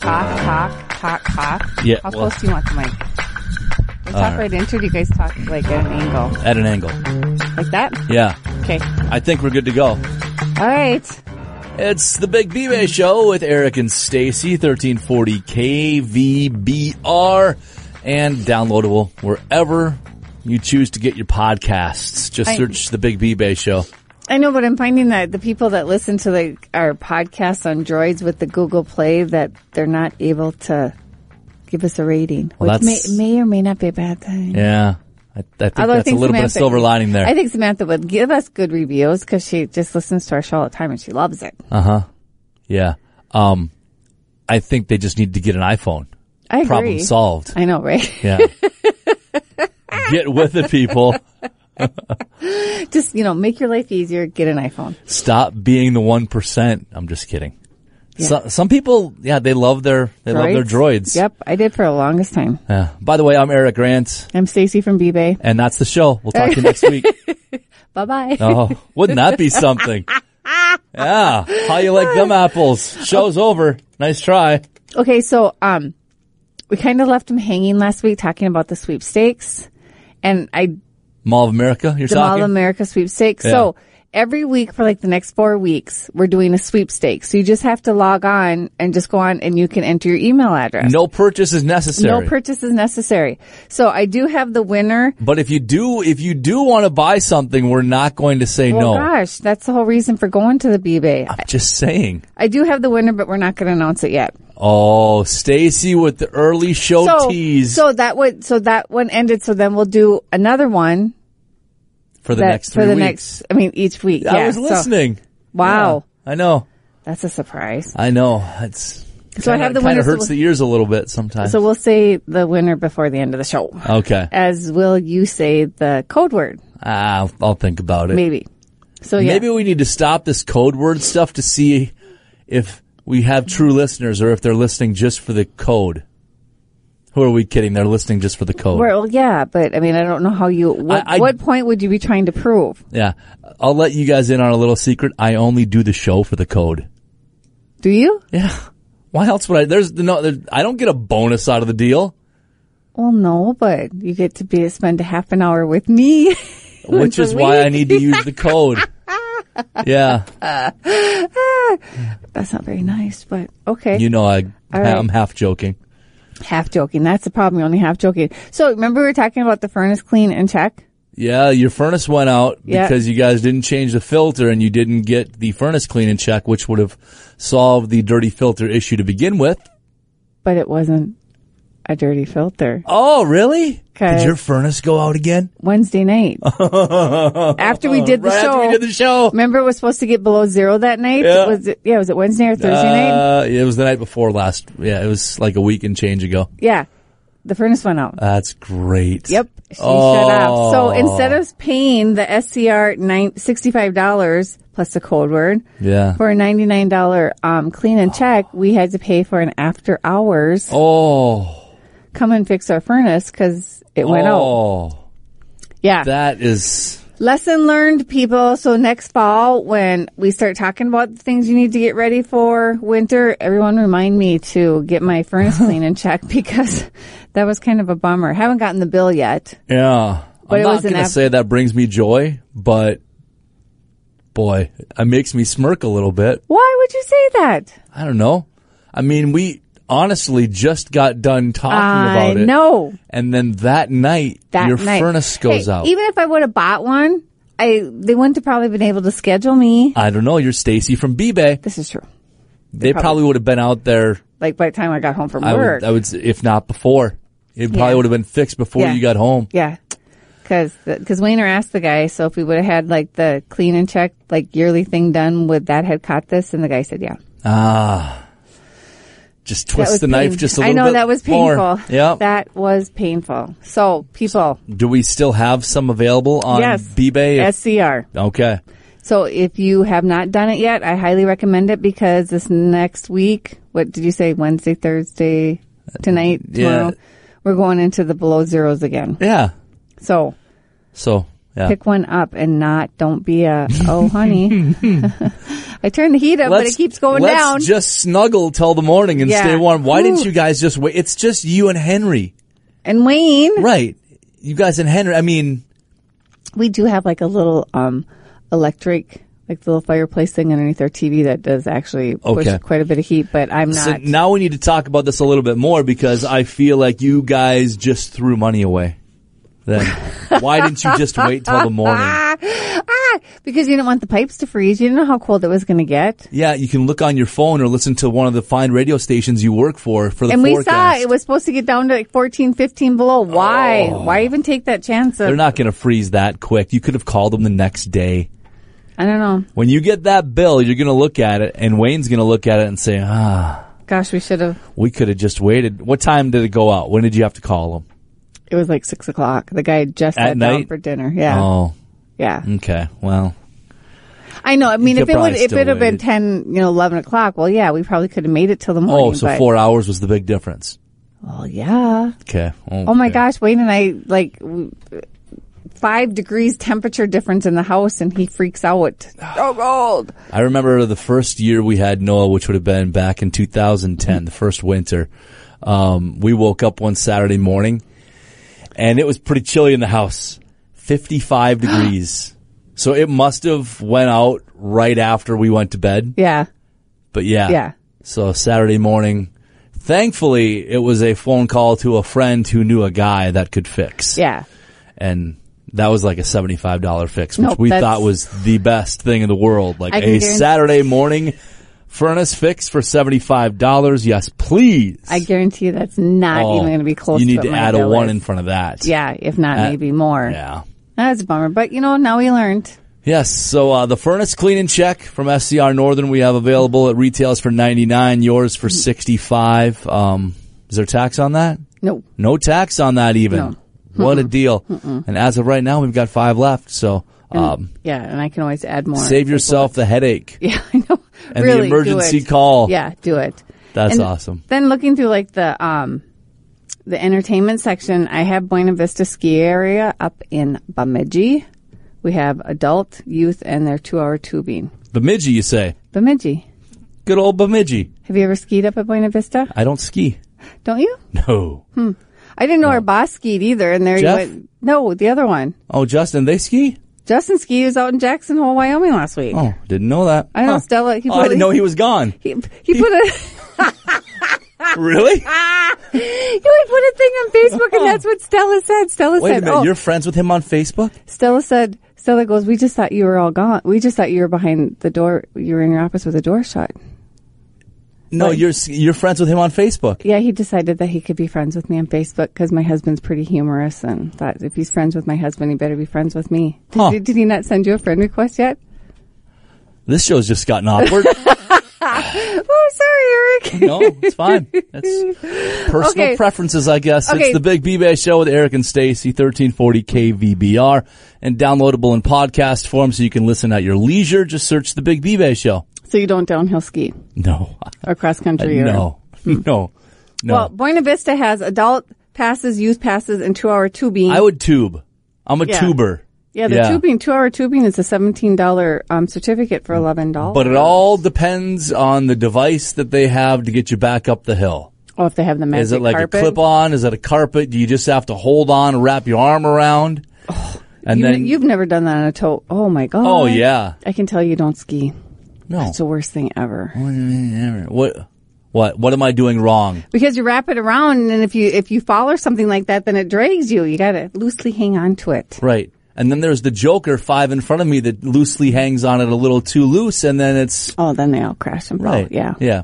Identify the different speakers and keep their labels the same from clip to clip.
Speaker 1: Cough, cough, cough, cough.
Speaker 2: Yeah,
Speaker 1: How
Speaker 2: well- uh,
Speaker 1: close do you want the mic? We
Speaker 2: All
Speaker 1: talk right. into it. You guys talk like at an angle,
Speaker 2: at an angle.
Speaker 1: like that.
Speaker 2: Yeah.
Speaker 1: Okay.
Speaker 2: I think we're good to go.
Speaker 1: All right.
Speaker 2: It's the Big B-Bay Show with Eric and Stacy, 1340 KVBR, and downloadable wherever you choose to get your podcasts. Just
Speaker 1: I-
Speaker 2: search the Big B-Bay Show.
Speaker 1: I know, but I'm finding that the people that listen to like our podcasts on droids with the Google Play that they're not able to give us a rating,
Speaker 2: Well,
Speaker 1: which may,
Speaker 2: that's-
Speaker 1: may or may not be a bad thing.
Speaker 2: Yeah. I, I think
Speaker 1: Although I
Speaker 2: that's
Speaker 1: think
Speaker 2: a little bit of
Speaker 1: Samantha-
Speaker 2: silver lining there.
Speaker 1: I think Samantha would give us good reviews because she just listens to our show all the time and she loves it.
Speaker 2: Uh, yeah. Um, I think they just need to get an iPhone.
Speaker 1: I agree.
Speaker 2: Problem solved.
Speaker 1: I know, right?
Speaker 2: Yeah. get with it, people.
Speaker 1: just you know, make your life easier. Get an iPhone.
Speaker 2: stop being the one percent. I'm just kidding. So, some people, yeah, they love their they love their droids.
Speaker 1: Yep, I did for the longest time.
Speaker 2: Yeah. By the way, I'm Eric Grant,
Speaker 1: I'm Stacy from B-Bay.
Speaker 2: and that's the show. We'll talk to you next week.
Speaker 1: Bye bye.
Speaker 2: Oh, wouldn't that be something? Yeah. How you like them apples? Show's over. Nice try.
Speaker 1: Okay, so um, we kind of left him hanging last week talking about the sweepstakes, and I
Speaker 2: Mall of America. You're
Speaker 1: the Mall
Speaker 2: talking.
Speaker 1: of America sweepstakes. So every week for like the next four weeks, we're doing a sweepstakes. So you just have to log on and just go on, and you can enter your email address.
Speaker 2: no purchase is necessary.
Speaker 1: No purchase is necessary. So I do have the winner.
Speaker 2: but if you do, if you do want to buy something, we're not going to say
Speaker 1: Well,
Speaker 2: no.
Speaker 1: gosh, that's the whole reason for going to the B-Bay.
Speaker 2: I'm just saying.
Speaker 1: I do have the winner, but we're not going to announce it yet.
Speaker 2: Oh, Stacy with the early show
Speaker 1: so,
Speaker 2: tease
Speaker 1: so that would so that one ended. So then we'll do another one
Speaker 2: for the
Speaker 1: that
Speaker 2: next three
Speaker 1: for the
Speaker 2: weeks.
Speaker 1: next. I mean, each week.
Speaker 2: I
Speaker 1: Yeah,
Speaker 2: was
Speaker 1: so-
Speaker 2: listening.
Speaker 1: wow,
Speaker 2: I know.
Speaker 1: that's a surprise.
Speaker 2: I know. It's
Speaker 1: So I have the
Speaker 2: kind
Speaker 1: winner,
Speaker 2: of
Speaker 1: so
Speaker 2: hurts
Speaker 1: we'll-
Speaker 2: the ears a little bit sometimes.
Speaker 1: So we'll say the winner before the end of the show.
Speaker 2: okay.
Speaker 1: As will you say the code word?
Speaker 2: Ah, I'll, I'll think about it.
Speaker 1: Maybe. So yeah,
Speaker 2: Maybe we need to stop this code word stuff to see if we have true listeners or if they're listening just for the code. Who are we kidding? They're listening just for the code.
Speaker 1: well, yeah, but I mean, I don't know how you. What,
Speaker 2: I- I-
Speaker 1: what point would you be trying to prove?
Speaker 2: yeah. I'll let you guys in on a little secret. I only do the show for the code.
Speaker 1: Do you?
Speaker 2: Yeah. Why else would I? There's no. There, I don't get a bonus out of the deal,
Speaker 1: Well, no, but you get to be spend a half an hour with me.
Speaker 2: which is why I need to use the code. yeah.
Speaker 1: That's not very nice, but okay.
Speaker 2: You know, I,
Speaker 1: right.
Speaker 2: I'm half joking.
Speaker 1: half joking. That's the problem. You're only half joking. So remember we were talking about the furnace clean and check?
Speaker 2: Yeah, your furnace went out
Speaker 1: Yeah.
Speaker 2: because you guys didn't change the filter and you didn't get the furnace clean and check, which would have solved the dirty filter issue to begin with.
Speaker 1: But it wasn't a dirty filter.
Speaker 2: Oh, really?
Speaker 1: 'Kay.
Speaker 2: Did your furnace go out again?
Speaker 1: Wednesday night. after we did the
Speaker 2: right
Speaker 1: show.
Speaker 2: after we did the show.
Speaker 1: Remember it was supposed to get below zero that night?
Speaker 2: Yeah.
Speaker 1: Was it, yeah, was it Wednesday or Thursday night?
Speaker 2: Uh, it was the night before last. Yeah, it was like a week and change ago.
Speaker 1: Yeah. The furnace went out.
Speaker 2: That's great.
Speaker 1: Yep. She shut off.
Speaker 2: Oh.
Speaker 1: So instead of paying the SCR nine, $65 plus the code word
Speaker 2: Yeah.
Speaker 1: for a $99 um, clean and check, we had to pay for an after hours
Speaker 2: Oh.
Speaker 1: come and fix our furnace because it went out.
Speaker 2: Oh.
Speaker 1: Yeah.
Speaker 2: That is.
Speaker 1: Lesson learned, people. So next fall, when we start talking about the things you need to get ready for winter, everyone remind me to get my furnace clean and check because that was kind of a bummer. Haven't gotten the bill yet.
Speaker 2: Yeah.
Speaker 1: But
Speaker 2: I'm
Speaker 1: it
Speaker 2: not
Speaker 1: was an
Speaker 2: going to
Speaker 1: ab-
Speaker 2: say that brings me joy, but boy, it makes me smirk a little bit.
Speaker 1: Why would you say that?
Speaker 2: I don't know. I mean, we honestly just got done talking
Speaker 1: I
Speaker 2: about it.
Speaker 1: know.
Speaker 2: And then that night,
Speaker 1: That
Speaker 2: your
Speaker 1: night.
Speaker 2: furnace goes
Speaker 1: Hey, e-
Speaker 2: out.
Speaker 1: Even if I would have bought one, I they wouldn't have probably been able to schedule me.
Speaker 2: I don't know. You're Stacy from B-Bay.
Speaker 1: This is true.
Speaker 2: They probably, would have been out there.
Speaker 1: Like by the time I got home from
Speaker 2: I
Speaker 1: work,
Speaker 2: would, I would, say, if not before, it probably
Speaker 1: Yeah.
Speaker 2: would have been fixed before
Speaker 1: Yeah.
Speaker 2: you got home.
Speaker 1: Yeah. Cause, the- cause Wayner asked the guy, so if we would have had like the clean and check, like yearly thing done, would that have caught this? And the guy said, yeah.
Speaker 2: Just
Speaker 1: That was
Speaker 2: twist the knife
Speaker 1: pain-
Speaker 2: just a
Speaker 1: I
Speaker 2: little bit.
Speaker 1: know that was painful.
Speaker 2: More. Yep.
Speaker 1: That was painful. So people,
Speaker 2: Do we still have some available on
Speaker 1: yes.
Speaker 2: B-Bay?
Speaker 1: SCR.
Speaker 2: Okay.
Speaker 1: So if you have not done it yet, I highly recommend it because this next week, what did you say? Wednesday, Thursday, tonight,
Speaker 2: Yeah.
Speaker 1: tomorrow, we're going into the below zeros again.
Speaker 2: Yeah.
Speaker 1: So
Speaker 2: So Yeah.
Speaker 1: Pick one up and not, don't be a, oh honey. I turned the heat up, but it keeps going
Speaker 2: let's
Speaker 1: down.
Speaker 2: just snuggle till the morning and
Speaker 1: Yeah.
Speaker 2: stay warm. Why didn't
Speaker 1: Ooh.
Speaker 2: you guys just wait? It's just you and Henry,
Speaker 1: and Wayne,
Speaker 2: right? You guys and Henry. I mean,
Speaker 1: we do have like a little, um, electric, like the little fireplace thing underneath our TV that does actually push
Speaker 2: Okay.
Speaker 1: quite a bit of heat, but I'm not.
Speaker 2: so now we need to talk about this a little bit more because I feel like you guys just threw money away. Then why didn't you just wait till the morning?
Speaker 1: ah, ah, because you didn't want the pipes to freeze. You didn't know how cold it was going to get.
Speaker 2: Yeah, you can look on your phone or listen to one of the fine radio stations you work for for the
Speaker 1: And we saw
Speaker 2: forecast.
Speaker 1: it was supposed to get down to like 14, 15 below. Why? Why even take that chance?
Speaker 2: Oh. They're
Speaker 1: Of,
Speaker 2: not going to freeze that quick. You could have called them the next day.
Speaker 1: I don't know.
Speaker 2: When you get that bill, you're going to look at it, and Wayne's going to look at it and say, ah,
Speaker 1: Gosh, we should have.
Speaker 2: we could have just waited. What time did it go out? When did you have to call them?
Speaker 1: It was like six o'clock. The guy had just
Speaker 2: At
Speaker 1: sat down
Speaker 2: night?
Speaker 1: for dinner. Yeah,
Speaker 2: Oh,
Speaker 1: yeah.
Speaker 2: okay. Well,
Speaker 1: I know. I mean, if
Speaker 2: could
Speaker 1: it would,
Speaker 2: probably
Speaker 1: if
Speaker 2: still
Speaker 1: it had been
Speaker 2: wait.
Speaker 1: ten, you know, eleven o'clock. Well, yeah, we probably could have made it till the morning.
Speaker 2: oh, so
Speaker 1: but,
Speaker 2: four hours was the big difference.
Speaker 1: Well, yeah.
Speaker 2: Okay.
Speaker 1: Oh my
Speaker 2: okay.
Speaker 1: gosh, Wayne and I like w- five degrees temperature difference in the house, and he freaks out. So cold.
Speaker 2: I remember the first year we had Noah, which would have been back in 2010, the first winter. Um, we woke up one Saturday morning and it was pretty chilly in the house, 55 degrees. So it must have went out right after we went to bed.
Speaker 1: Yeah,
Speaker 2: But yeah.
Speaker 1: Yeah.
Speaker 2: So Saturday morning, thankfully it was a phone call to a friend who knew a guy that could fix.
Speaker 1: yeah.
Speaker 2: And that was like a $75 fix, which
Speaker 1: Nope,
Speaker 2: we
Speaker 1: that's-
Speaker 2: thought was the best thing in the world. Like
Speaker 1: I
Speaker 2: a
Speaker 1: can guarantee-
Speaker 2: Saturday morning furnace fix for $75. Yes, please.
Speaker 1: I guarantee you that's not
Speaker 2: Oh,
Speaker 1: even going to be close.
Speaker 2: You need
Speaker 1: what
Speaker 2: to
Speaker 1: my
Speaker 2: add a
Speaker 1: bill
Speaker 2: one
Speaker 1: is.
Speaker 2: in front of that.
Speaker 1: Yeah, if not, maybe more.
Speaker 2: Yeah.
Speaker 1: That's a bummer, but you know, now we learned.
Speaker 2: Yes, so uh, the furnace clean and check from SCR Northern we have available at retails for 99, yours for 65. Um is there tax on that?
Speaker 1: No,
Speaker 2: No tax on that even.
Speaker 1: No.
Speaker 2: What a deal. And as of right now, we've got five left. So um,
Speaker 1: yeah, and I can always add more.
Speaker 2: save yourself the headache
Speaker 1: Yeah, I know.
Speaker 2: and
Speaker 1: really,
Speaker 2: the emergency
Speaker 1: do it.
Speaker 2: call.
Speaker 1: Yeah, do it.
Speaker 2: That's
Speaker 1: And
Speaker 2: awesome.
Speaker 1: Then looking through like the um the entertainment section, I have Buena Vista Ski Area up in Bemidji. We have adult, youth, and their two-hour tubing.
Speaker 2: Bemidji, you say.
Speaker 1: Bemidji.
Speaker 2: Good old Bemidji.
Speaker 1: Have you ever skied up at Buena Vista?
Speaker 2: I don't ski.
Speaker 1: Don't you?
Speaker 2: No.
Speaker 1: I didn't know our boss skied either, and there
Speaker 2: Jeff?
Speaker 1: you went. No, the other one.
Speaker 2: Oh, Justin, they ski?
Speaker 1: Justin Ski was out in Jackson Hole, Wyoming last week.
Speaker 2: Oh, didn't know that.
Speaker 1: I know
Speaker 2: Huh.
Speaker 1: Stella. He
Speaker 2: Oh, I
Speaker 1: put-
Speaker 2: didn't know he was gone.
Speaker 1: He, he put a
Speaker 2: really?
Speaker 1: he would put a thing on Facebook, and that's what Stella said. Stella
Speaker 2: Oh. Wait a
Speaker 1: said,
Speaker 2: minute.
Speaker 1: "Oh,
Speaker 2: You're friends with him on Facebook?
Speaker 1: Stella said, Stella goes, we just thought you were all gone. We just thought you were behind the door. You were in your office with the door shut.
Speaker 2: No,
Speaker 1: Right.
Speaker 2: you're s- you're friends with him on Facebook.
Speaker 1: Yeah, he decided that he could be friends with me on Facebook because my husband's pretty humorous and thought if he's friends with my husband, he better be friends with me. Did,
Speaker 2: Huh.
Speaker 1: did, did he not send you a friend request yet?
Speaker 2: This show's just gotten awkward.
Speaker 1: Oh, sorry, Eric.
Speaker 2: no, it's fine. That's personal
Speaker 1: Okay.
Speaker 2: preferences, I guess.
Speaker 1: Okay.
Speaker 2: It's the Big B-Bay Show with Eric and Stacy, 1340 KVBR, and downloadable in podcast form so you can listen at your leisure. Just search the Big B-Bay Show.
Speaker 1: so you don't downhill ski
Speaker 2: No,
Speaker 1: or cross country? or-
Speaker 2: Uh, no, no, no.
Speaker 1: Hmm. Well, Buena Vista has adult passes, youth passes, and two hour tubing.
Speaker 2: I would tube. I'm a
Speaker 1: Yeah.
Speaker 2: tuber.
Speaker 1: yeah, the tubing, two hour tubing is a $17 um, certificate for $11.
Speaker 2: But it all depends on the device that they have to get you back up the hill.
Speaker 1: oh, if they have the magic
Speaker 2: Is it like
Speaker 1: carpet.
Speaker 2: a clip on? Is it a carpet? Do you just have to hold on, wrap your arm around? and
Speaker 1: Oh, You,
Speaker 2: then,
Speaker 1: you've never done that on a toe. Oh my god.
Speaker 2: oh yeah.
Speaker 1: I can tell you don't ski.
Speaker 2: No.
Speaker 1: It's the worst thing ever
Speaker 2: What, what, what am I doing wrong?
Speaker 1: because you wrap it around, and if you if you fall or something like that, then it drags you. You gotta loosely hang on to it.
Speaker 2: Right. And then there's the Joker five in front of me that loosely hangs on it a little too loose and then it's,
Speaker 1: Oh, then they all crash and fall.
Speaker 2: right.
Speaker 1: Yeah. Mm-hmm.
Speaker 2: Yeah.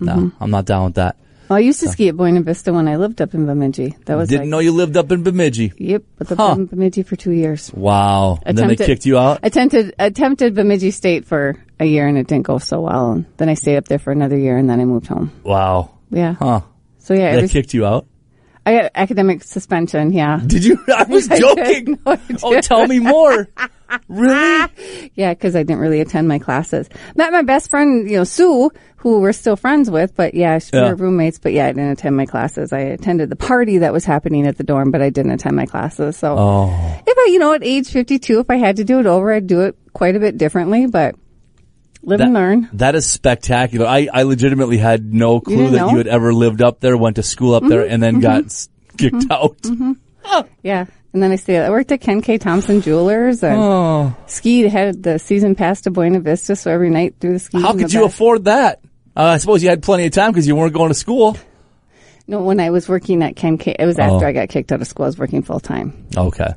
Speaker 2: No, I'm not down with that.
Speaker 1: Well, I used to ski at Buena Vista when I lived up in Bemidji. That was
Speaker 2: Didn't
Speaker 1: like,
Speaker 2: know you lived up in Bemidji.
Speaker 1: Yep, I lived
Speaker 2: Huh.
Speaker 1: in Bemidji for two years.
Speaker 2: Wow. And then they
Speaker 1: Attempted-
Speaker 2: kicked you out?
Speaker 1: Attempted attempted Bemidji State for a year, and it didn't go so well. And then I stayed up there for another year, and then I moved home.
Speaker 2: Wow.
Speaker 1: Yeah.
Speaker 2: Huh.
Speaker 1: So yeah,
Speaker 2: They
Speaker 1: every,
Speaker 2: kicked you out?
Speaker 1: I got academic suspension. Yeah.
Speaker 2: Did you? I was
Speaker 1: I
Speaker 2: joking.
Speaker 1: did. No, I
Speaker 2: oh, tell me more. really?
Speaker 1: Yeah, because I didn't really attend my classes. Met my best friend, you know, Sue, who we're still friends with, but yeah, she,
Speaker 2: Yeah.
Speaker 1: we were roommates, but yeah, I didn't attend my classes. I attended the party that was happening at the dorm, but I didn't attend my classes. So
Speaker 2: Oh,
Speaker 1: if I, you know, at age 52, if I had to do it over, I'd do it quite a bit differently, but live and learn.
Speaker 2: that is spectacular. I, I legitimately had no clue
Speaker 1: didn't
Speaker 2: that
Speaker 1: know? Mm-hmm,
Speaker 2: you had ever lived up there, went to school up there, and then got s- kicked out.
Speaker 1: Yeah. And then I stayed, I worked at Ken K. Thompson Jewelers and
Speaker 2: Oh,
Speaker 1: skied, had the season pass to Buena Vista. So every night through the ski.
Speaker 2: how could you afford that? Uh, I suppose you had plenty of time because you weren't going to school.
Speaker 1: No, when I was working at Ken K, it was after
Speaker 2: Oh.
Speaker 1: I got kicked out of school. I was working full time.
Speaker 2: Okay.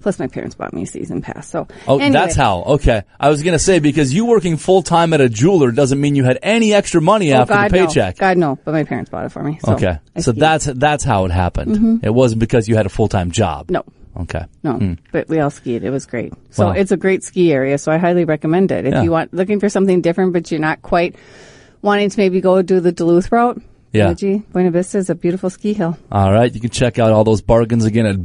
Speaker 1: Plus, my parents bought me a season pass. So,
Speaker 2: Oh,
Speaker 1: anyway,
Speaker 2: that's how. Okay. I was going to say because you working full time at a jeweler doesn't mean you had any extra money
Speaker 1: Oh,
Speaker 2: after
Speaker 1: God,
Speaker 2: the paycheck.
Speaker 1: No. God no, but my parents bought it for me. So
Speaker 2: Okay.
Speaker 1: I
Speaker 2: So
Speaker 1: skied.
Speaker 2: that's that's how it happened. It wasn't because you had a full time job.
Speaker 1: no,
Speaker 2: Okay.
Speaker 1: no. But we all skied. It was great. So
Speaker 2: Wow.
Speaker 1: it's a great ski area. So I highly recommend it if
Speaker 2: Yeah.
Speaker 1: you want looking for something different, but you're not quite wanting to maybe go do the Duluth route.
Speaker 2: Yeah.
Speaker 1: Bemidji, Buena Vista is a beautiful ski hill.
Speaker 2: All right. You can check out all those bargains again at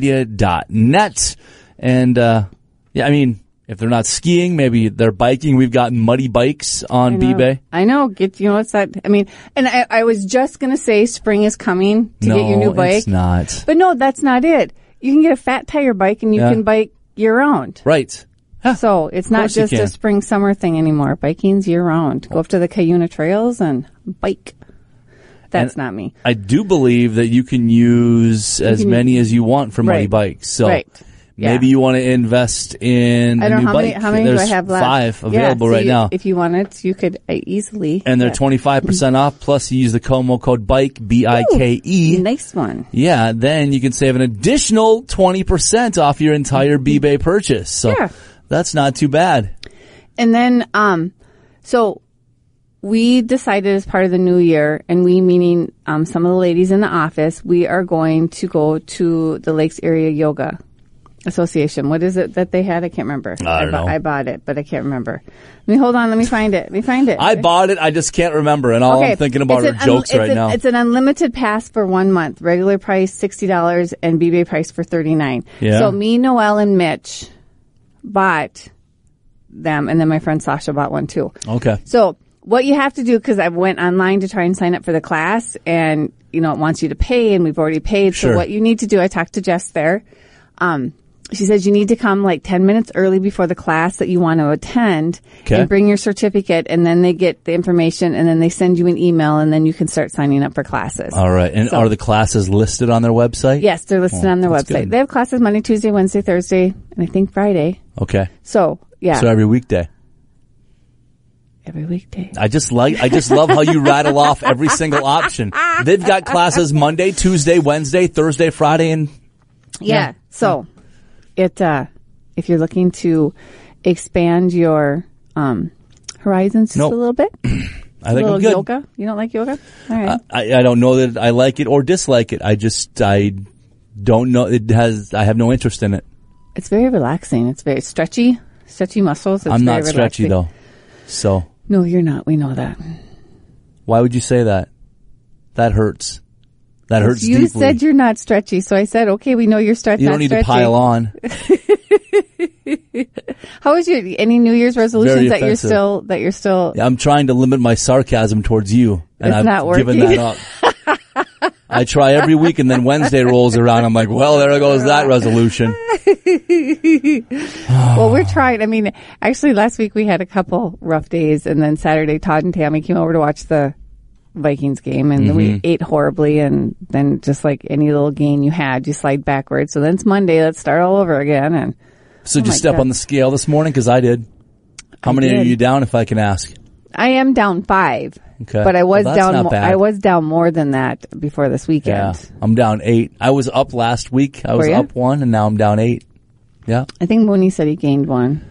Speaker 2: bbay.bigdealsmedia.net. And uh, yeah, I mean, if they're not skiing, maybe they're biking. We've got muddy bikes on
Speaker 1: I know.
Speaker 2: bbay.
Speaker 1: Uh, I know. Get you know it's that. I mean, and I, I was just gonna say spring is coming to
Speaker 2: no,
Speaker 1: get your new bike,
Speaker 2: it's not.
Speaker 1: but no, that's not it. You can get a fat tire bike and you
Speaker 2: Yeah.
Speaker 1: can bike year round.
Speaker 2: Right.
Speaker 1: So it's not
Speaker 2: course you
Speaker 1: just a
Speaker 2: can.
Speaker 1: spring summer thing anymore. Biking's year round. Go up to the Cuyuna trails and bike. That's not me.
Speaker 2: I do believe that you can use as many as you want for muddy
Speaker 1: Right.
Speaker 2: bikes. So
Speaker 1: Right. Yeah.
Speaker 2: maybe you want to invest in
Speaker 1: I
Speaker 2: a
Speaker 1: don't
Speaker 2: new
Speaker 1: know how many
Speaker 2: bike.
Speaker 1: how many
Speaker 2: There's
Speaker 1: do I have left?
Speaker 2: Five
Speaker 1: Yeah,
Speaker 2: available
Speaker 1: so
Speaker 2: right
Speaker 1: you-
Speaker 2: now.
Speaker 1: If you wanted, you could uh, easily.
Speaker 2: and they're
Speaker 1: get-
Speaker 2: 25% off plus you use the Como code bike B I K E.
Speaker 1: nice one.
Speaker 2: Yeah, then you can save an additional 20% off your entire B-Bay purchase. So
Speaker 1: Mm-hmm. Yeah.
Speaker 2: that's not too bad.
Speaker 1: And then, um, so we decided as part of the new year, and we meaning um, some of the ladies in the office, we are going to go to the Lakes Area Yoga Association. What is it that they had? I can't remember.
Speaker 2: I don't
Speaker 1: bu-
Speaker 2: know.
Speaker 1: I bought it, but I can't remember. Let me hold on. Let me find it. Let me find it.
Speaker 2: I bought it. I just can't remember. And all I'm thinking about
Speaker 1: It's
Speaker 2: are
Speaker 1: an un-
Speaker 2: jokes
Speaker 1: it's
Speaker 2: right
Speaker 1: an-
Speaker 2: now.
Speaker 1: It's an unlimited pass for one month. Regular price sixty dollars and BBA price for thirty nine.
Speaker 2: Yeah.
Speaker 1: So me, Noel, and Mitch bought them, and then my friend Sasha bought one too.
Speaker 2: Okay.
Speaker 1: So what you have to do, because I went online to try and sign up for the class, and you know it wants you to pay, and we've already paid.
Speaker 2: Sure.
Speaker 1: So what you need to do, I talked to Jess there. Um, she says you need to come like ten minutes early before the class that you want to attend,
Speaker 2: Okay.
Speaker 1: and bring your certificate, and then they get the information, and then they send you an email, and then you can start signing up for classes.
Speaker 2: All right. And
Speaker 1: So-
Speaker 2: are the classes listed on their website?
Speaker 1: Yes, they're listed on their
Speaker 2: oh, that's
Speaker 1: website.
Speaker 2: good.
Speaker 1: They have classes Monday, Tuesday, Wednesday, Thursday, and I think Friday.
Speaker 2: Okay.
Speaker 1: So yeah,
Speaker 2: So every weekday.
Speaker 1: every weekday.
Speaker 2: I just like, I just love how you rattle off every single option. They've got classes Monday, Tuesday, Wednesday, Thursday, Friday, and
Speaker 1: Yeah. So it uh if you're looking to expand your um horizons just
Speaker 2: Nope.
Speaker 1: a little bit, a
Speaker 2: I think
Speaker 1: little
Speaker 2: I'm good. Uh,
Speaker 1: yoga. You don't like yoga? All right.
Speaker 2: I, I don't know that I like it or dislike it. I just, I don't know. It has, I have no interest in it.
Speaker 1: it's very relaxing. It's very stretchy. Stretchy muscles. It's
Speaker 2: I'm
Speaker 1: very
Speaker 2: not stretchy
Speaker 1: relaxing.
Speaker 2: though. So
Speaker 1: No, you're not. We know that.
Speaker 2: why would you say that? That hurts. That hurts
Speaker 1: you
Speaker 2: deeply.
Speaker 1: said you're not stretchy, so I said, okay, we know you're stretchy.
Speaker 2: you don't need to pile on.
Speaker 1: How is your any New Year's resolutions that you're
Speaker 2: offensive.
Speaker 1: still that you're still
Speaker 2: I'm trying to limit my sarcasm towards you, and
Speaker 1: It's
Speaker 2: I've
Speaker 1: not
Speaker 2: given
Speaker 1: working.
Speaker 2: that up. I try every week, and then Wednesday rolls around. I'm like, well, there goes that resolution.
Speaker 1: Well, we're trying. I mean, actually, last week we had a couple rough days, and then Saturday, Todd and Tammy came over to watch the Vikings game, and
Speaker 2: Mm-hmm.
Speaker 1: we ate horribly. And then, just like any little gain you had, you slide backwards. So then it's Monday. Let's start all over again. And
Speaker 2: So did you
Speaker 1: Oh my
Speaker 2: step
Speaker 1: God.
Speaker 2: on the scale this morning? Because I did. How
Speaker 1: I
Speaker 2: many are
Speaker 1: did.
Speaker 2: you down, if I can ask?
Speaker 1: I am down five,
Speaker 2: Okay.
Speaker 1: but I was
Speaker 2: Well, that's
Speaker 1: down.
Speaker 2: not
Speaker 1: mo-
Speaker 2: bad.
Speaker 1: I was down more than that before this
Speaker 2: Yeah,
Speaker 1: weekend.
Speaker 2: I'm down eight. I was up last week. I was
Speaker 1: Were ya?
Speaker 2: up one, and now I'm down eight. Yeah,
Speaker 1: I think Mooney said he gained one.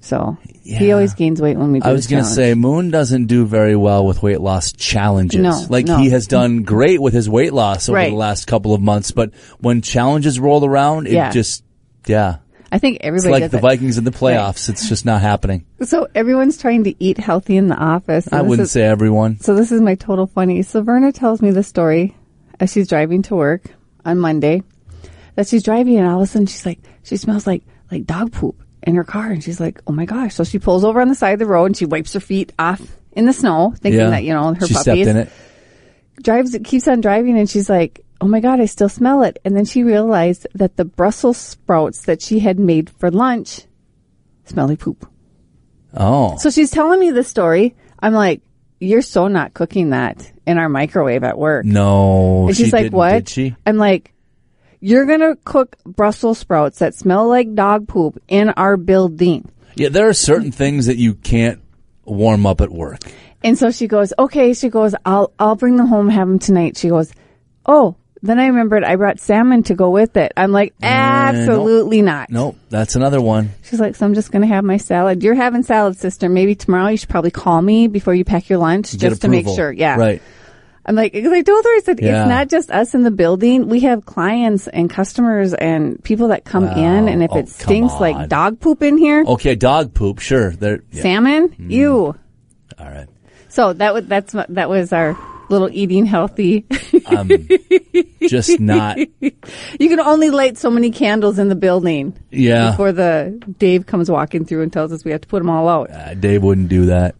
Speaker 1: So he
Speaker 2: Yeah.
Speaker 1: always gains weight when we do.
Speaker 2: I
Speaker 1: the
Speaker 2: was going to
Speaker 1: challenge.
Speaker 2: say Moon doesn't do very well with weight loss challenges.
Speaker 1: No,
Speaker 2: like
Speaker 1: no.
Speaker 2: he has done great with his weight loss over
Speaker 1: Right.
Speaker 2: the last couple of months, but when challenges roll around, it
Speaker 1: Yeah.
Speaker 2: just yeah,
Speaker 1: I think
Speaker 2: it's
Speaker 1: everybody
Speaker 2: like
Speaker 1: does
Speaker 2: the
Speaker 1: it.
Speaker 2: Vikings in the playoffs. It's just not happening.
Speaker 1: So everyone's trying to eat healthy in the office. and
Speaker 2: I
Speaker 1: this
Speaker 2: wouldn't
Speaker 1: is-
Speaker 2: say everyone.
Speaker 1: So this is my total funny. So Verna tells me the story. as she's driving to work on Monday that she's driving and all of a sudden she's like, she smells like, like dog poop in her car. And she's like, oh my gosh. So she pulls over on the side of the road and she wipes her feet off in the snow thinking
Speaker 2: yeah.
Speaker 1: that, you know, her
Speaker 2: she stepped
Speaker 1: puppy
Speaker 2: in it.
Speaker 1: drives, keeps on driving and she's like, oh my God, I still smell it. And then she realized that the Brussels sprouts that she had made for lunch smell like poop.
Speaker 2: Oh,
Speaker 1: So she's telling me this story. I'm like, you're so not cooking that in our microwave at work.
Speaker 2: no.
Speaker 1: And she's
Speaker 2: she
Speaker 1: like,
Speaker 2: didn't,
Speaker 1: "What?"
Speaker 2: Did she?
Speaker 1: I'm like, "You're gonna cook Brussels sprouts that smell like dog poop in our building."
Speaker 2: Yeah, there are certain things that you can't warm up at work.
Speaker 1: And so she goes, "Okay." She goes, "I'll I'll bring them home, have them tonight." She goes, "Oh." Then I remembered I brought salmon to go with it. I'm like, absolutely not.
Speaker 2: Uh, Nope, that's another one.
Speaker 1: She's like, so I'm just going to have my salad. You're having salad, sister. Maybe tomorrow you should probably call me before you pack your lunch
Speaker 2: Get
Speaker 1: just to make
Speaker 2: approval.
Speaker 1: sure. Yeah.
Speaker 2: Right.
Speaker 1: I'm like, because I told her, I said,
Speaker 2: Yeah.
Speaker 1: it's not just us in the building. We have clients and customers and people that come in. And if
Speaker 2: Oh,
Speaker 1: it stinks
Speaker 2: come on.
Speaker 1: like dog poop in here,
Speaker 2: Okay, dog poop. Sure. There. Yeah. Mm.
Speaker 1: salmon, ew.
Speaker 2: All right.
Speaker 1: So that was, that's, what- that was our little eating healthy.
Speaker 2: Just not.
Speaker 1: you can only light so many candles in the building
Speaker 2: Yeah.
Speaker 1: before the Dave comes walking through and tells us we have to put them all out.
Speaker 2: Uh, Dave wouldn't do that.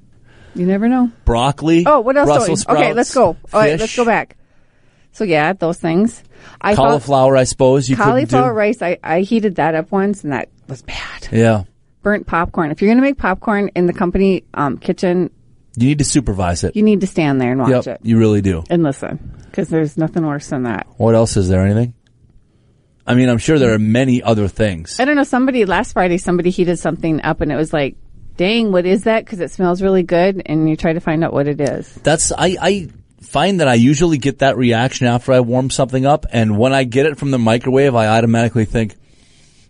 Speaker 1: You never know.
Speaker 2: Broccoli.
Speaker 1: Oh, what else? do I-
Speaker 2: Brussels sprouts.
Speaker 1: okay, let's go. All right,
Speaker 2: fish,
Speaker 1: let's go back. So yeah, those things. I thought
Speaker 2: Cauliflower, I suppose you
Speaker 1: cauliflower
Speaker 2: couldn't
Speaker 1: rice. I, I heated that up once, and that was bad.
Speaker 2: do. Yeah.
Speaker 1: Burnt popcorn. If you're going to make popcorn in the company um, kitchen,
Speaker 2: You need to supervise it.
Speaker 1: you need to stand there and watch
Speaker 2: yep.
Speaker 1: it
Speaker 2: You really do.
Speaker 1: and listen, because there's nothing worse than that.
Speaker 2: What else is there? Anything? I mean, I'm sure there are many other things.
Speaker 1: I don't know. Somebody last Friday, somebody heated something up, and it was like, "Dang, what is that?" Because it smells really good, and you try to find out what it is.
Speaker 2: That's I, I find that I usually get that reaction after I warm something up, and when I get it from the microwave, I automatically think,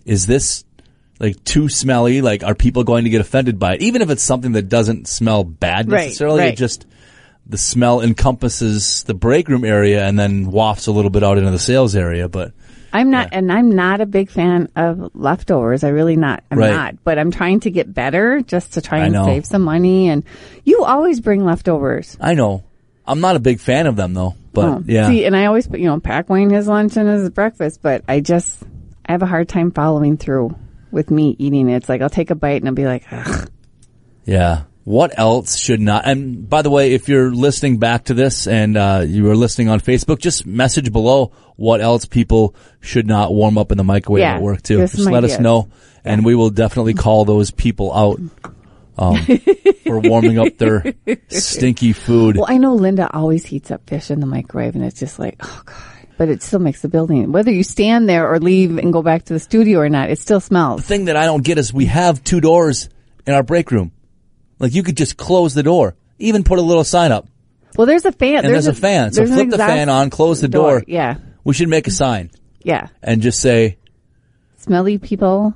Speaker 2: "Is this like too smelly? Like, are people going to get offended by it? Even if it's something that doesn't smell bad
Speaker 1: Right,
Speaker 2: necessarily,
Speaker 1: right.
Speaker 2: it just the smell encompasses the break room area and then wafts a little bit out into the sales area." But
Speaker 1: I'm not, and I'm not a big fan of leftovers. I really not. I'm
Speaker 2: Right.
Speaker 1: not, but I'm trying to get better just to try
Speaker 2: I
Speaker 1: and
Speaker 2: know.
Speaker 1: save some money. And you always bring leftovers.
Speaker 2: I know I'm not a big fan of them though. But
Speaker 1: Oh,
Speaker 2: yeah,
Speaker 1: See, and I always put, you know, pack Wayne his lunch and his breakfast, but I just, I have a hard time following through with me eating it. It's like I'll take a bite and I'll be like, Ugh.
Speaker 2: Yeah. What else should not? And by the way, if you're listening back to this and uh, you are listening on Facebook, just message below what else people should not warm up in the microwave
Speaker 1: Yeah,
Speaker 2: at work too.
Speaker 1: give
Speaker 2: Just
Speaker 1: some
Speaker 2: let us
Speaker 1: ideas.
Speaker 2: know, and we will definitely call those people out um, for warming up their stinky food.
Speaker 1: well, I know Linda always heats up fish in the microwave and it's just like, oh God. But it still makes the building, whether you stand there or leave and go back to the studio or not, it still smells.
Speaker 2: thing that I don't get is we have two doors in our break room. Like you could just close the door, even put a little sign up,
Speaker 1: Well, there's a fan.
Speaker 2: and there's, a, fan. So
Speaker 1: there's an
Speaker 2: flip the
Speaker 1: exhaust
Speaker 2: fan on, close the door.
Speaker 1: Yeah,
Speaker 2: We should make a sign
Speaker 1: yeah.
Speaker 2: and just say
Speaker 1: Smelly people.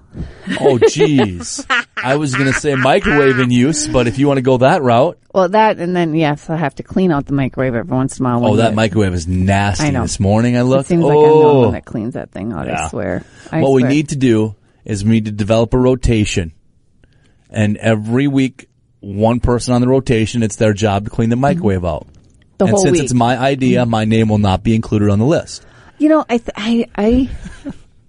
Speaker 2: Oh, jeez. I was going to say microwave in use, but if you want to go that route,
Speaker 1: Well, that and then yes, I have to clean out the microwave every once in a while.
Speaker 2: oh,
Speaker 1: when
Speaker 2: that
Speaker 1: you-
Speaker 2: microwave is nasty.
Speaker 1: I know.
Speaker 2: This morning I
Speaker 1: It
Speaker 2: looked.
Speaker 1: seems
Speaker 2: oh.
Speaker 1: like I'm the only one that cleans that thing out.
Speaker 2: Yeah.
Speaker 1: I swear. I
Speaker 2: what we
Speaker 1: swear.
Speaker 2: need to do is we need to develop a rotation, and every week one person on the rotation, it's their job to clean the microwave out.
Speaker 1: Mm-hmm. the
Speaker 2: and
Speaker 1: whole
Speaker 2: since
Speaker 1: week. Mm-hmm.
Speaker 2: it's my idea, my name will not be included on the list.
Speaker 1: you know, I, th- I, I,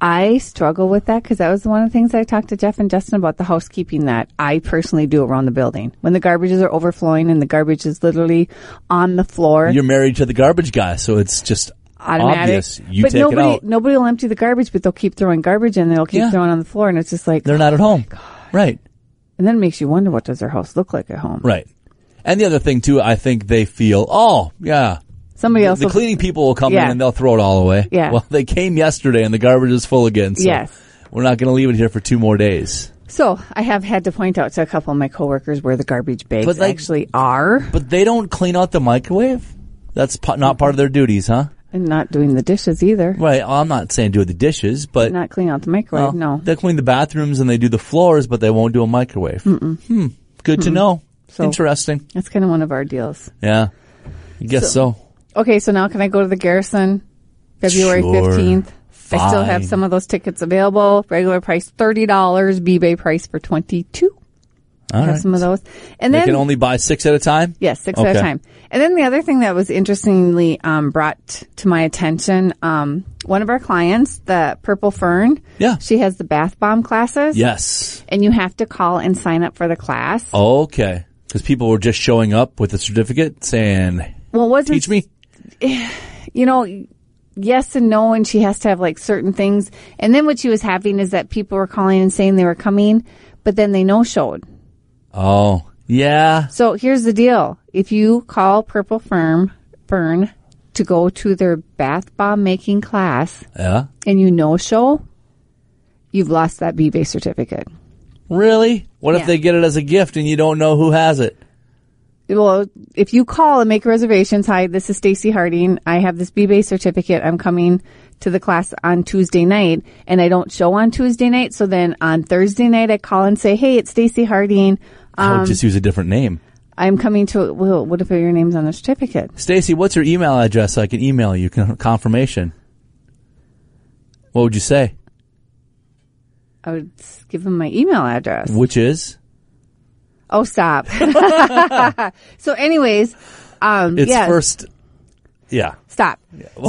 Speaker 1: I struggle with that because that was one of the things I talked to Jeff and Justin about the housekeeping that I personally do around the building when the garbages are overflowing and the garbage is literally on the floor.
Speaker 2: You're married to the garbage guy, so it's just
Speaker 1: automatic.
Speaker 2: obvious. You
Speaker 1: but
Speaker 2: take
Speaker 1: nobody,
Speaker 2: it out.
Speaker 1: nobody will empty the garbage, but they'll keep throwing garbage in. They'll keep
Speaker 2: Yeah.
Speaker 1: throwing on the floor, and it's just like,
Speaker 2: They're not at home,
Speaker 1: Oh
Speaker 2: right?
Speaker 1: and then it makes you wonder what does their house look like at home.
Speaker 2: Right. And the other thing too, I think they feel, oh yeah,
Speaker 1: Somebody else,
Speaker 2: the
Speaker 1: will,
Speaker 2: cleaning people will come
Speaker 1: Yeah.
Speaker 2: in and they'll throw it all away.
Speaker 1: Yeah.
Speaker 2: Well, they came yesterday and the garbage is full again. So
Speaker 1: Yes.
Speaker 2: We're not going to leave it here for two more days.
Speaker 1: so I have had to point out to a couple of my coworkers where the garbage bags
Speaker 2: But, like-
Speaker 1: actually are,
Speaker 2: But they don't clean out the microwave. That's po- not part of their duties, huh?
Speaker 1: and not doing the dishes either.
Speaker 2: Right. I'm not saying do the dishes, but
Speaker 1: Not clean out the microwave.
Speaker 2: well,
Speaker 1: No,
Speaker 2: they clean the bathrooms and they do the floors, but they won't do a microwave. Hmm. Good to know.
Speaker 1: So-
Speaker 2: Interesting.
Speaker 1: that's kind of one of our deals.
Speaker 2: Yeah. I guess so.
Speaker 1: Okay, so now can I go to the Garrison February
Speaker 2: Sure.
Speaker 1: 15th? I still have
Speaker 2: Fine.
Speaker 1: some of those tickets available. Regular price $30, B-Bay price for 22 have
Speaker 2: right.
Speaker 1: some of those. And
Speaker 2: They
Speaker 1: then
Speaker 2: can only buy six at a time.
Speaker 1: Yes, six at
Speaker 2: Okay.
Speaker 1: a time. And then the other thing that was interestingly um, brought to my attention, um, one of our clients, the Purple Fern,
Speaker 2: Yeah.
Speaker 1: she has the bath bomb classes,
Speaker 2: Yes.
Speaker 1: and you have to call and sign up for the class.
Speaker 2: Okay. Because people were just showing up with a certificate saying,
Speaker 1: Well, it wasn't
Speaker 2: "Teach me."
Speaker 1: you know? Yes and no, and she has to have like certain things. And then what she was having is that people were calling and saying they were coming, but then they no showed.
Speaker 2: Oh, yeah.
Speaker 1: So here's the deal: if you call Purple Fern, Fern to go to their bath bomb making class,
Speaker 2: Yeah.
Speaker 1: and you no show, you've lost that B-Bay certificate.
Speaker 2: Really? What if
Speaker 1: Yeah.
Speaker 2: they get it as a gift and you don't know who has it?
Speaker 1: Well, if you call and make reservations, hi, this is Stacy Harding. I have this B-Bay certificate. I'm coming to the class on Tuesday night and I don't show on Tuesday night. So then on Thursday night, I call and say, Hey, it's Stacy Harding. Um,
Speaker 2: I would just use a different name.
Speaker 1: I'm coming to, well, what if your name's on the certificate?
Speaker 2: Stacy, what's your email address so I can email you con- confirmation? What would you say?
Speaker 1: I would s- give him my email address.
Speaker 2: Which is?
Speaker 1: Oh, stop. so anyways, um,
Speaker 2: It's
Speaker 1: yeah,
Speaker 2: first. Yeah.
Speaker 1: stop.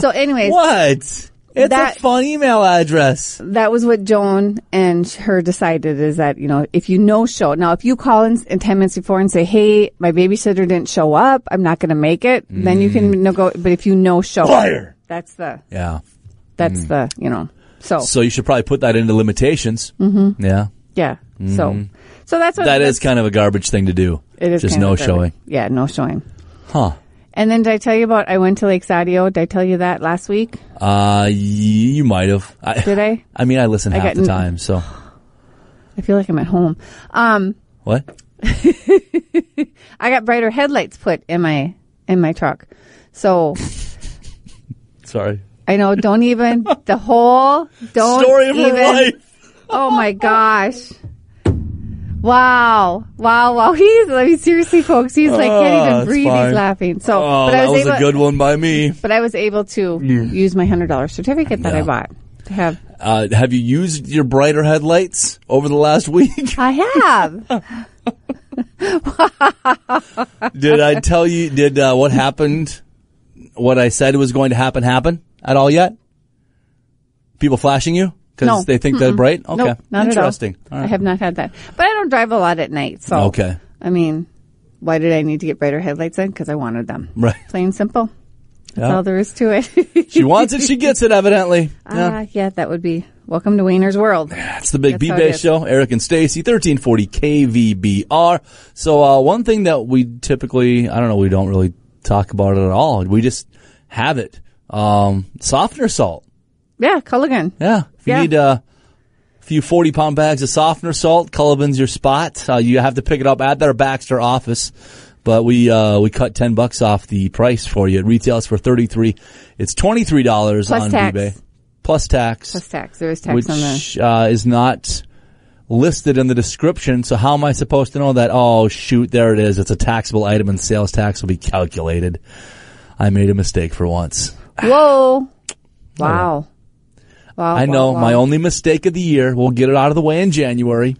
Speaker 1: So anyways,
Speaker 2: What? It's
Speaker 1: That-
Speaker 2: a fun email address.
Speaker 1: that was what Joan and her decided is that, you know, if you no show, now if you call in, in 10 minutes before and say, Hey, my babysitter didn't show up. I'm not going to make it. Then you
Speaker 2: Mm.
Speaker 1: can no go. But if you no show,
Speaker 2: Liar.
Speaker 1: that's the,
Speaker 2: Yeah. Mm.
Speaker 1: that's the, you know, so
Speaker 2: So you should probably put that into limitations. Mm-hmm. Yeah.
Speaker 1: yeah. So, so that's what
Speaker 2: mm-hmm. That is kind of a garbage thing to do.
Speaker 1: it is
Speaker 2: Just
Speaker 1: kind of
Speaker 2: no
Speaker 1: a garbage-
Speaker 2: showing.
Speaker 1: Yeah. No showing.
Speaker 2: Huh.
Speaker 1: And then did I tell you about, I went to Lake Sadio. Did I tell you that last week?
Speaker 2: Uh, y- you might have. I,
Speaker 1: Did I?
Speaker 2: I mean, I listen half
Speaker 1: got
Speaker 2: the
Speaker 1: n-
Speaker 2: time, so.
Speaker 1: I feel like I'm at home. Um,
Speaker 2: What?
Speaker 1: I got brighter headlights put in my, in my truck. So
Speaker 2: Sorry.
Speaker 1: I know. Don't even the whole don't
Speaker 2: Story of
Speaker 1: Oh, even.
Speaker 2: her life.
Speaker 1: Oh my gosh! Wow, wow, wow. He's I mean, seriously, folks. He's like
Speaker 2: Oh,
Speaker 1: can't even
Speaker 2: it's
Speaker 1: breathe.
Speaker 2: fine.
Speaker 1: He's laughing. So,
Speaker 2: Oh,
Speaker 1: but I
Speaker 2: that
Speaker 1: was,
Speaker 2: was
Speaker 1: able.
Speaker 2: a good one by me.
Speaker 1: but I was able to use my hundred dollar certificate that I
Speaker 2: Yeah.
Speaker 1: bought to have.
Speaker 2: Uh, have you used your brighter headlights over the last week?
Speaker 1: I have.
Speaker 2: did I tell you? Did uh, what happened? What I said was going to happen happen at all yet? People flashing you because
Speaker 1: No.
Speaker 2: they think they're bright. Okay,
Speaker 1: No, not at all.
Speaker 2: interesting. All
Speaker 1: I
Speaker 2: right.
Speaker 1: have not had that, but I don't drive a lot at night. So,
Speaker 2: Okay,
Speaker 1: I mean, why did I need to get brighter headlights in? Because I wanted them.
Speaker 2: right.
Speaker 1: Plain and simple. That's
Speaker 2: Yeah.
Speaker 1: all there is to it.
Speaker 2: She wants it. She gets it. Evidently.
Speaker 1: Ah, yeah, that would be welcome to Wiener's world.
Speaker 2: It's the Big
Speaker 1: That's
Speaker 2: B
Speaker 1: how it
Speaker 2: Bay
Speaker 1: is.
Speaker 2: Show. Eric and Stacy, thirteen forty KVBR. So uh, one thing that we typically, I don't know, we don't really talk about it at all. We just have it. Um, softener salt.
Speaker 1: Yeah, Culligan.
Speaker 2: Yeah. If you
Speaker 1: Yeah.
Speaker 2: need uh, a few 40 pound bags of softener salt, Cullivan's your spot. Uh, you have to pick it up at their Baxter office. But we uh, we cut 10 bucks off the price for you. It retails for 33 It's $23 on
Speaker 1: tax.
Speaker 2: eBay. Plus tax.
Speaker 1: Plus tax. There is tax on the.
Speaker 2: which uh, is not listed in the description. So how am I supposed to know that? Oh shoot, there it is. It's a taxable item and sales tax will be calculated. I made a mistake for once.
Speaker 1: Whoa! Wow. Wow. wow,
Speaker 2: I know
Speaker 1: wow.
Speaker 2: my only mistake of the year. We'll get it out of the way in January.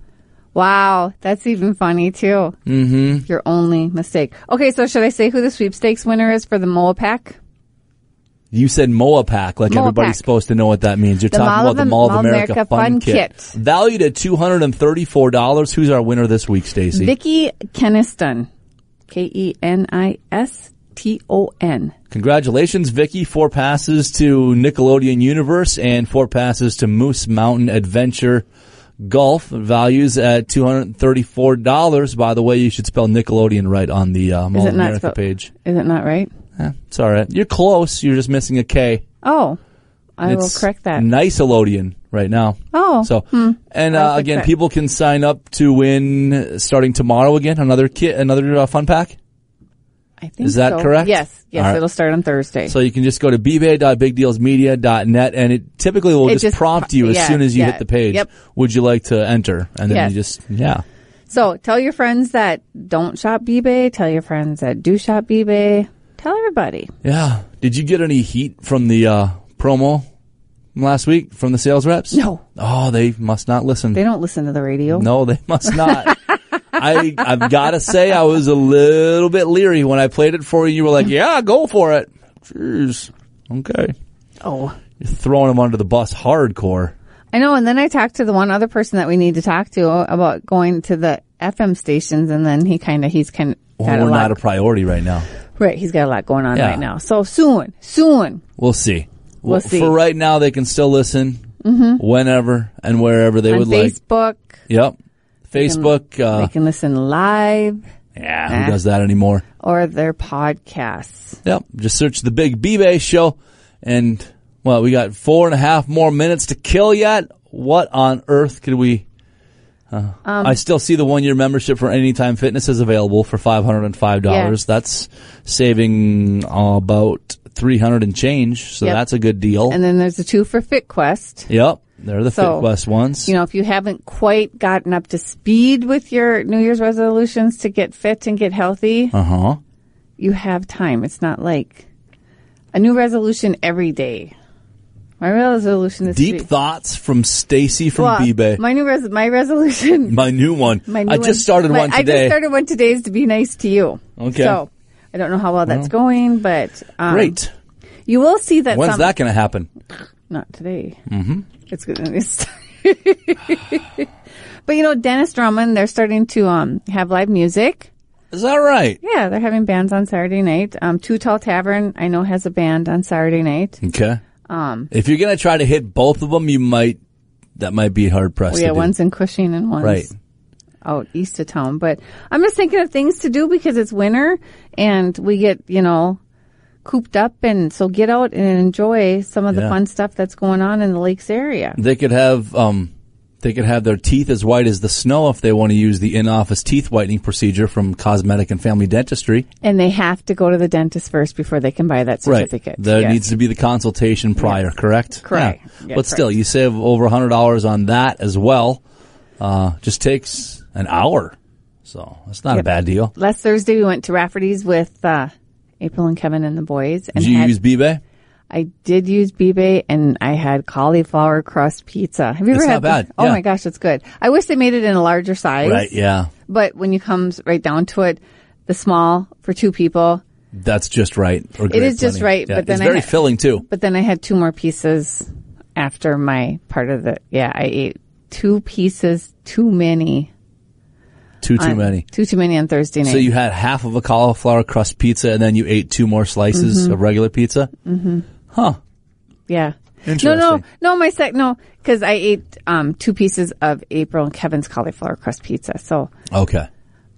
Speaker 1: Wow, that's even funny too. Mm-hmm. Your only mistake. Okay, so should I say who the sweepstakes winner is for the Moa pack?
Speaker 2: You said MOA pack, like
Speaker 1: MOA
Speaker 2: everybody's
Speaker 1: pack.
Speaker 2: supposed to know what that means. You're
Speaker 1: The
Speaker 2: talking
Speaker 1: Mall
Speaker 2: about
Speaker 1: of
Speaker 2: the
Speaker 1: Am-
Speaker 2: Mall of
Speaker 1: Mall of
Speaker 2: America,
Speaker 1: America
Speaker 2: Fun,
Speaker 1: Fun
Speaker 2: kit.
Speaker 1: Kit.
Speaker 2: valued at two hundred and thirty-four dollars. Who's our winner this week, Stacy?
Speaker 1: Vicky Keniston, K E N I S T O N.
Speaker 2: Congratulations, Vicky. Four passes to Nickelodeon Universe and four passes to Moose Mountain Adventure Golf. Values at $234. By the way, you should spell Nickelodeon right on the uh, Mall
Speaker 1: Is
Speaker 2: of
Speaker 1: it not
Speaker 2: America
Speaker 1: spelled-
Speaker 2: page.
Speaker 1: Is it not right?
Speaker 2: Eh, it's all right. You're close. You're just missing a K.
Speaker 1: Oh, I
Speaker 2: It's
Speaker 1: will correct that.
Speaker 2: Nicelodeon right now.
Speaker 1: oh,
Speaker 2: So,
Speaker 1: I'll
Speaker 2: and uh,
Speaker 1: fix
Speaker 2: again,
Speaker 1: that.
Speaker 2: people can sign up to win uh, starting tomorrow again. Another kit, another uh, fun pack.
Speaker 1: I think
Speaker 2: is that
Speaker 1: so.
Speaker 2: correct?
Speaker 1: Yes, yes.
Speaker 2: All right.
Speaker 1: It'll start on Thursday.
Speaker 2: So you can just go to bbay.bigdealsmedia.net and it typically will
Speaker 1: It
Speaker 2: just,
Speaker 1: just
Speaker 2: prompt
Speaker 1: pro-
Speaker 2: you as
Speaker 1: yeah,
Speaker 2: soon as you
Speaker 1: yeah,
Speaker 2: hit the page.
Speaker 1: yep.
Speaker 2: Would you like to enter? And then
Speaker 1: Yes.
Speaker 2: you just, yeah.
Speaker 1: So tell your friends that don't shop eBay. Tell your friends that do shop eBay. Tell everybody.
Speaker 2: Yeah. Did you get any heat from the uh, promo from last week from the sales reps?
Speaker 1: No.
Speaker 2: Oh, they must not listen.
Speaker 1: They don't listen to the radio.
Speaker 2: no, they must not. I I've got to say I was a little bit leery when I played it for you. You were like, "Yeah, go for it." Jeez. Okay.
Speaker 1: Oh.
Speaker 2: You're throwing him under the bus hardcore.
Speaker 1: I know. And then I talked to the one other person that we need to talk to about going to the FM stations, and then he kind of he's kind of got
Speaker 2: Oh, We're
Speaker 1: a lot.
Speaker 2: not a priority right now.
Speaker 1: right, he's got a lot going on
Speaker 2: Yeah.
Speaker 1: right now. So soon, soon.
Speaker 2: We'll see.
Speaker 1: We'll see. Mm-hmm.
Speaker 2: For right now, they can still listen whenever and wherever they
Speaker 1: on
Speaker 2: would like.
Speaker 1: Facebook.
Speaker 2: Yep. Facebook.
Speaker 1: they
Speaker 2: Uh,
Speaker 1: can Ah. listen live
Speaker 2: yeah, who does that anymore?
Speaker 1: or their podcasts.
Speaker 2: Yep. Just search the Big B-Bay Show. And, well, we got four and a half more minutes to kill yet. What on earth could we. Uh,
Speaker 1: Um,
Speaker 2: I still see the one year membership for Anytime Fitness is available for $505. That's saving about 300 and change. So
Speaker 1: Yep.
Speaker 2: that's a good deal.
Speaker 1: And then there's the two for FitQuest.
Speaker 2: yep. They're the
Speaker 1: So,
Speaker 2: FitQuest ones.
Speaker 1: You know, if you haven't quite gotten up to speed with your New Year's resolutions to get fit and get healthy,
Speaker 2: uh huh.
Speaker 1: you have time. It's not like a new resolution every day. My resolution is
Speaker 2: Deep
Speaker 1: to be-
Speaker 2: thoughts from Stacy from
Speaker 1: Well,
Speaker 2: B-Bay. My,
Speaker 1: My new res- my resolution.
Speaker 2: new one.
Speaker 1: My new
Speaker 2: I just started
Speaker 1: my-
Speaker 2: one
Speaker 1: I just
Speaker 2: today.
Speaker 1: started one today is to be nice to you.
Speaker 2: Okay.
Speaker 1: So I don't know how well that's going, but um,
Speaker 2: Great.
Speaker 1: You will see that.
Speaker 2: When's
Speaker 1: some-
Speaker 2: that going to happen?
Speaker 1: Not today. Mm-hmm. It's good. It's but you know, Dennis Drummond, they're starting to um have live music.
Speaker 2: Is that right?
Speaker 1: Yeah, they're having bands on Saturday night. Um, Two Tall Tavern, I know, has a band on Saturday night.
Speaker 2: Okay. Um, if you're gonna try to hit both of them, you might that might be hard pressed.
Speaker 1: We
Speaker 2: to
Speaker 1: have
Speaker 2: do.
Speaker 1: one's in Cushing and one's
Speaker 2: Right.
Speaker 1: out east of town. But I'm just thinking of things to do because it's winter and we get, you know, cooped up. And so get out and enjoy some of the
Speaker 2: Yeah.
Speaker 1: fun stuff that's going on in the lakes area.
Speaker 2: They could have um, they could have their teeth as white as the snow if they want to use the in-office teeth whitening procedure from Cosmetic and Family Dentistry.
Speaker 1: And they have to go to the dentist first before they can buy that certificate.
Speaker 2: There
Speaker 1: Yes.
Speaker 2: needs to be the consultation prior, correct?
Speaker 1: Correct.
Speaker 2: Yeah.
Speaker 1: Yeah,
Speaker 2: but still,
Speaker 1: correct.
Speaker 2: you save over hundred dollars on that as well. Uh, just takes an hour, so that's not a bad deal.
Speaker 1: Last Thursday, we went to Rafferty's with uh, April and Kevin and the boys. And
Speaker 2: Did you
Speaker 1: had-
Speaker 2: use B-Bay?
Speaker 1: I did use bibe, and I had cauliflower crust pizza. Have you
Speaker 2: It's
Speaker 1: ever
Speaker 2: not
Speaker 1: had
Speaker 2: bad.
Speaker 1: Oh
Speaker 2: Yeah.
Speaker 1: my gosh, it's good. I wish they made it in a larger size.
Speaker 2: Right. Yeah,
Speaker 1: But when you comes right down to it, the small for two people.
Speaker 2: that's just right. Or great
Speaker 1: is just
Speaker 2: plenty.
Speaker 1: right,
Speaker 2: Yeah,
Speaker 1: but then
Speaker 2: it's
Speaker 1: I
Speaker 2: very
Speaker 1: had-
Speaker 2: filling too.
Speaker 1: But then I had two more pieces after my part of the. Yeah, I ate two pieces too many.
Speaker 2: Too too
Speaker 1: on-
Speaker 2: many.
Speaker 1: Two too many on Thursday night.
Speaker 2: So you had half of a cauliflower crust pizza, and then you ate two more slices of regular pizza. Mm-hmm. Huh?
Speaker 1: Yeah.
Speaker 2: Interesting.
Speaker 1: No, no, no. My sec, no, because I ate um, two pieces of April and Kevin's cauliflower crust pizza. So,
Speaker 2: Okay.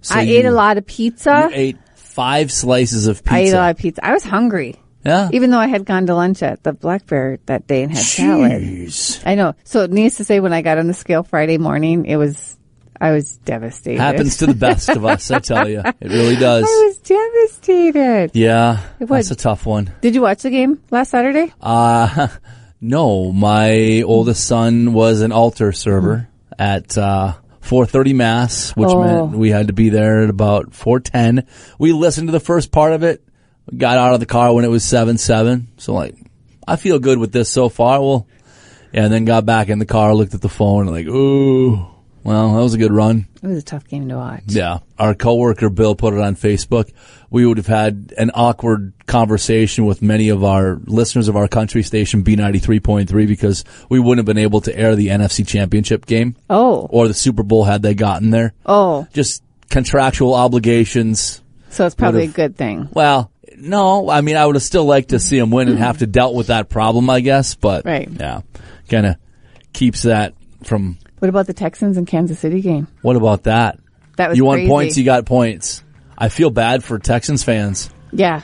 Speaker 2: So
Speaker 1: I
Speaker 2: you
Speaker 1: ate a lot of pizza.
Speaker 2: You ate five slices of pizza.
Speaker 1: I ate a lot of pizza. I was hungry,
Speaker 2: yeah.
Speaker 1: even though I had gone to lunch at the Black Bear that day and had salad.
Speaker 2: Jeez.
Speaker 1: I know. So, needless to say, when I got on the scale Friday morning, it was I was devastated.
Speaker 2: Happens to the best of us, I tell you. It really does.
Speaker 1: I was devastated.
Speaker 2: Yeah,
Speaker 1: was-
Speaker 2: that's a tough one.
Speaker 1: Did you watch the game last Saturday?
Speaker 2: Uh, no, my oldest son was an altar server at uh, 4:30 mass, which
Speaker 1: Oh.
Speaker 2: meant we had to be there at about 4:10. We listened to the first part of it. Got out of the car when it was seven seven. So like, I feel good with this so far. Well, yeah, and then got back in the car, looked at the phone, and like, ooh, well, that was a good run.
Speaker 1: It was a tough game to watch.
Speaker 2: Yeah. Our coworker Bill put it on Facebook. We would have had an awkward conversation with many of our listeners of our country station B93.3 because we wouldn't have been able to air the NFC championship game
Speaker 1: Oh,
Speaker 2: or the Super Bowl had they gotten there.
Speaker 1: oh.
Speaker 2: Just contractual obligations.
Speaker 1: So it's probably a
Speaker 2: Would've-
Speaker 1: good thing,
Speaker 2: Well, no, I mean, I would have still liked to see him win and have to dealt with that problem, I guess, but
Speaker 1: Right.
Speaker 2: yeah, kind of keeps that from,
Speaker 1: What about the Texans and Kansas City game?
Speaker 2: what about that?
Speaker 1: That was
Speaker 2: You won
Speaker 1: crazy.
Speaker 2: points, you got points. I feel bad for Texans fans.
Speaker 1: yeah.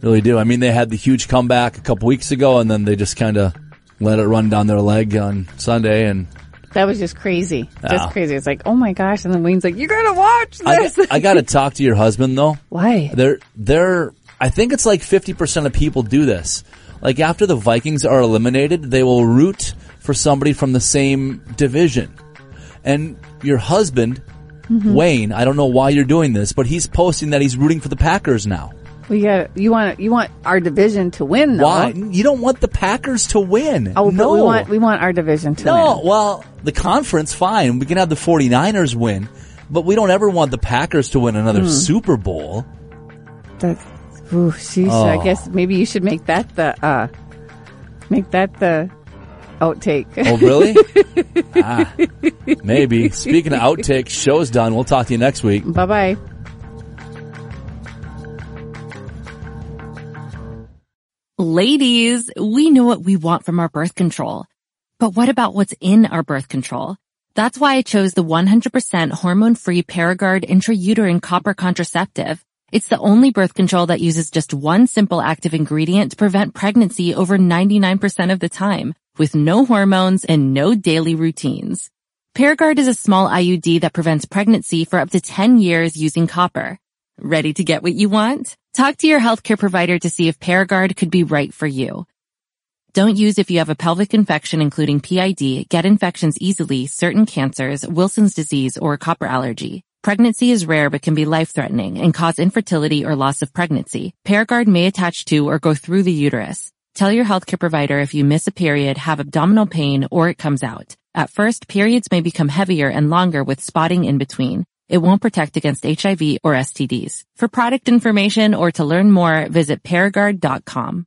Speaker 2: Really do. I mean, they had the huge comeback a couple weeks ago, and then they just kind of let it run down their leg on Sunday. And
Speaker 1: That was just crazy.
Speaker 2: Yeah.
Speaker 1: Just crazy. It's like, oh my gosh. And then Wayne's like, you gotta watch
Speaker 2: I,
Speaker 1: this.
Speaker 2: I got to talk to your husband though.
Speaker 1: Why?
Speaker 2: They're they're. I think it's like fifty percent of people do this. Like after the Vikings are eliminated, they will root for somebody from the same division. And your husband,
Speaker 1: Mm-hmm.
Speaker 2: Wayne, I don't know why you're doing this, but he's posting that he's rooting for the Packers now.
Speaker 1: We got you want you want our division to win though.
Speaker 2: Why? You don't want the Packers to win.
Speaker 1: Oh,
Speaker 2: no.
Speaker 1: but we want we want our division to
Speaker 2: No,
Speaker 1: win.
Speaker 2: well, the conference, fine. We can have the 49ers win. But we don't ever want the Packers to win another Super Bowl.
Speaker 1: That's, ooh, sheesh,
Speaker 2: Oh.
Speaker 1: I guess maybe you should make that the, uh, make that the outtake.
Speaker 2: Oh, really? ah, maybe. Speaking of outtakes, show's done. We'll talk to you next week.
Speaker 1: bye bye.
Speaker 3: Ladies, we know what we want from our birth control. But what about what's in our birth control? That's why I chose the 100% hormone-free Paragard intrauterine copper contraceptive. It's the only birth control that uses just one simple active ingredient to prevent pregnancy over 99% of the time, with no hormones and no daily routines. Paragard is a small IUD that prevents pregnancy for up to 10 years using copper. Ready to get what you want? Talk to your healthcare provider to see if Paragard could be right for you. Don't use if you have a pelvic infection, including PID, get infections easily, certain cancers, Wilson's disease, or copper allergy. Pregnancy is rare but can be life-threatening and cause infertility or loss of pregnancy. Paragard may attach to or go through the uterus. Tell your healthcare provider if you miss a period, have abdominal pain, or it comes out. At first, periods may become heavier and longer with spotting in between. It won't protect against HIV or STDs. For product information or to learn more, visit Paragard.com.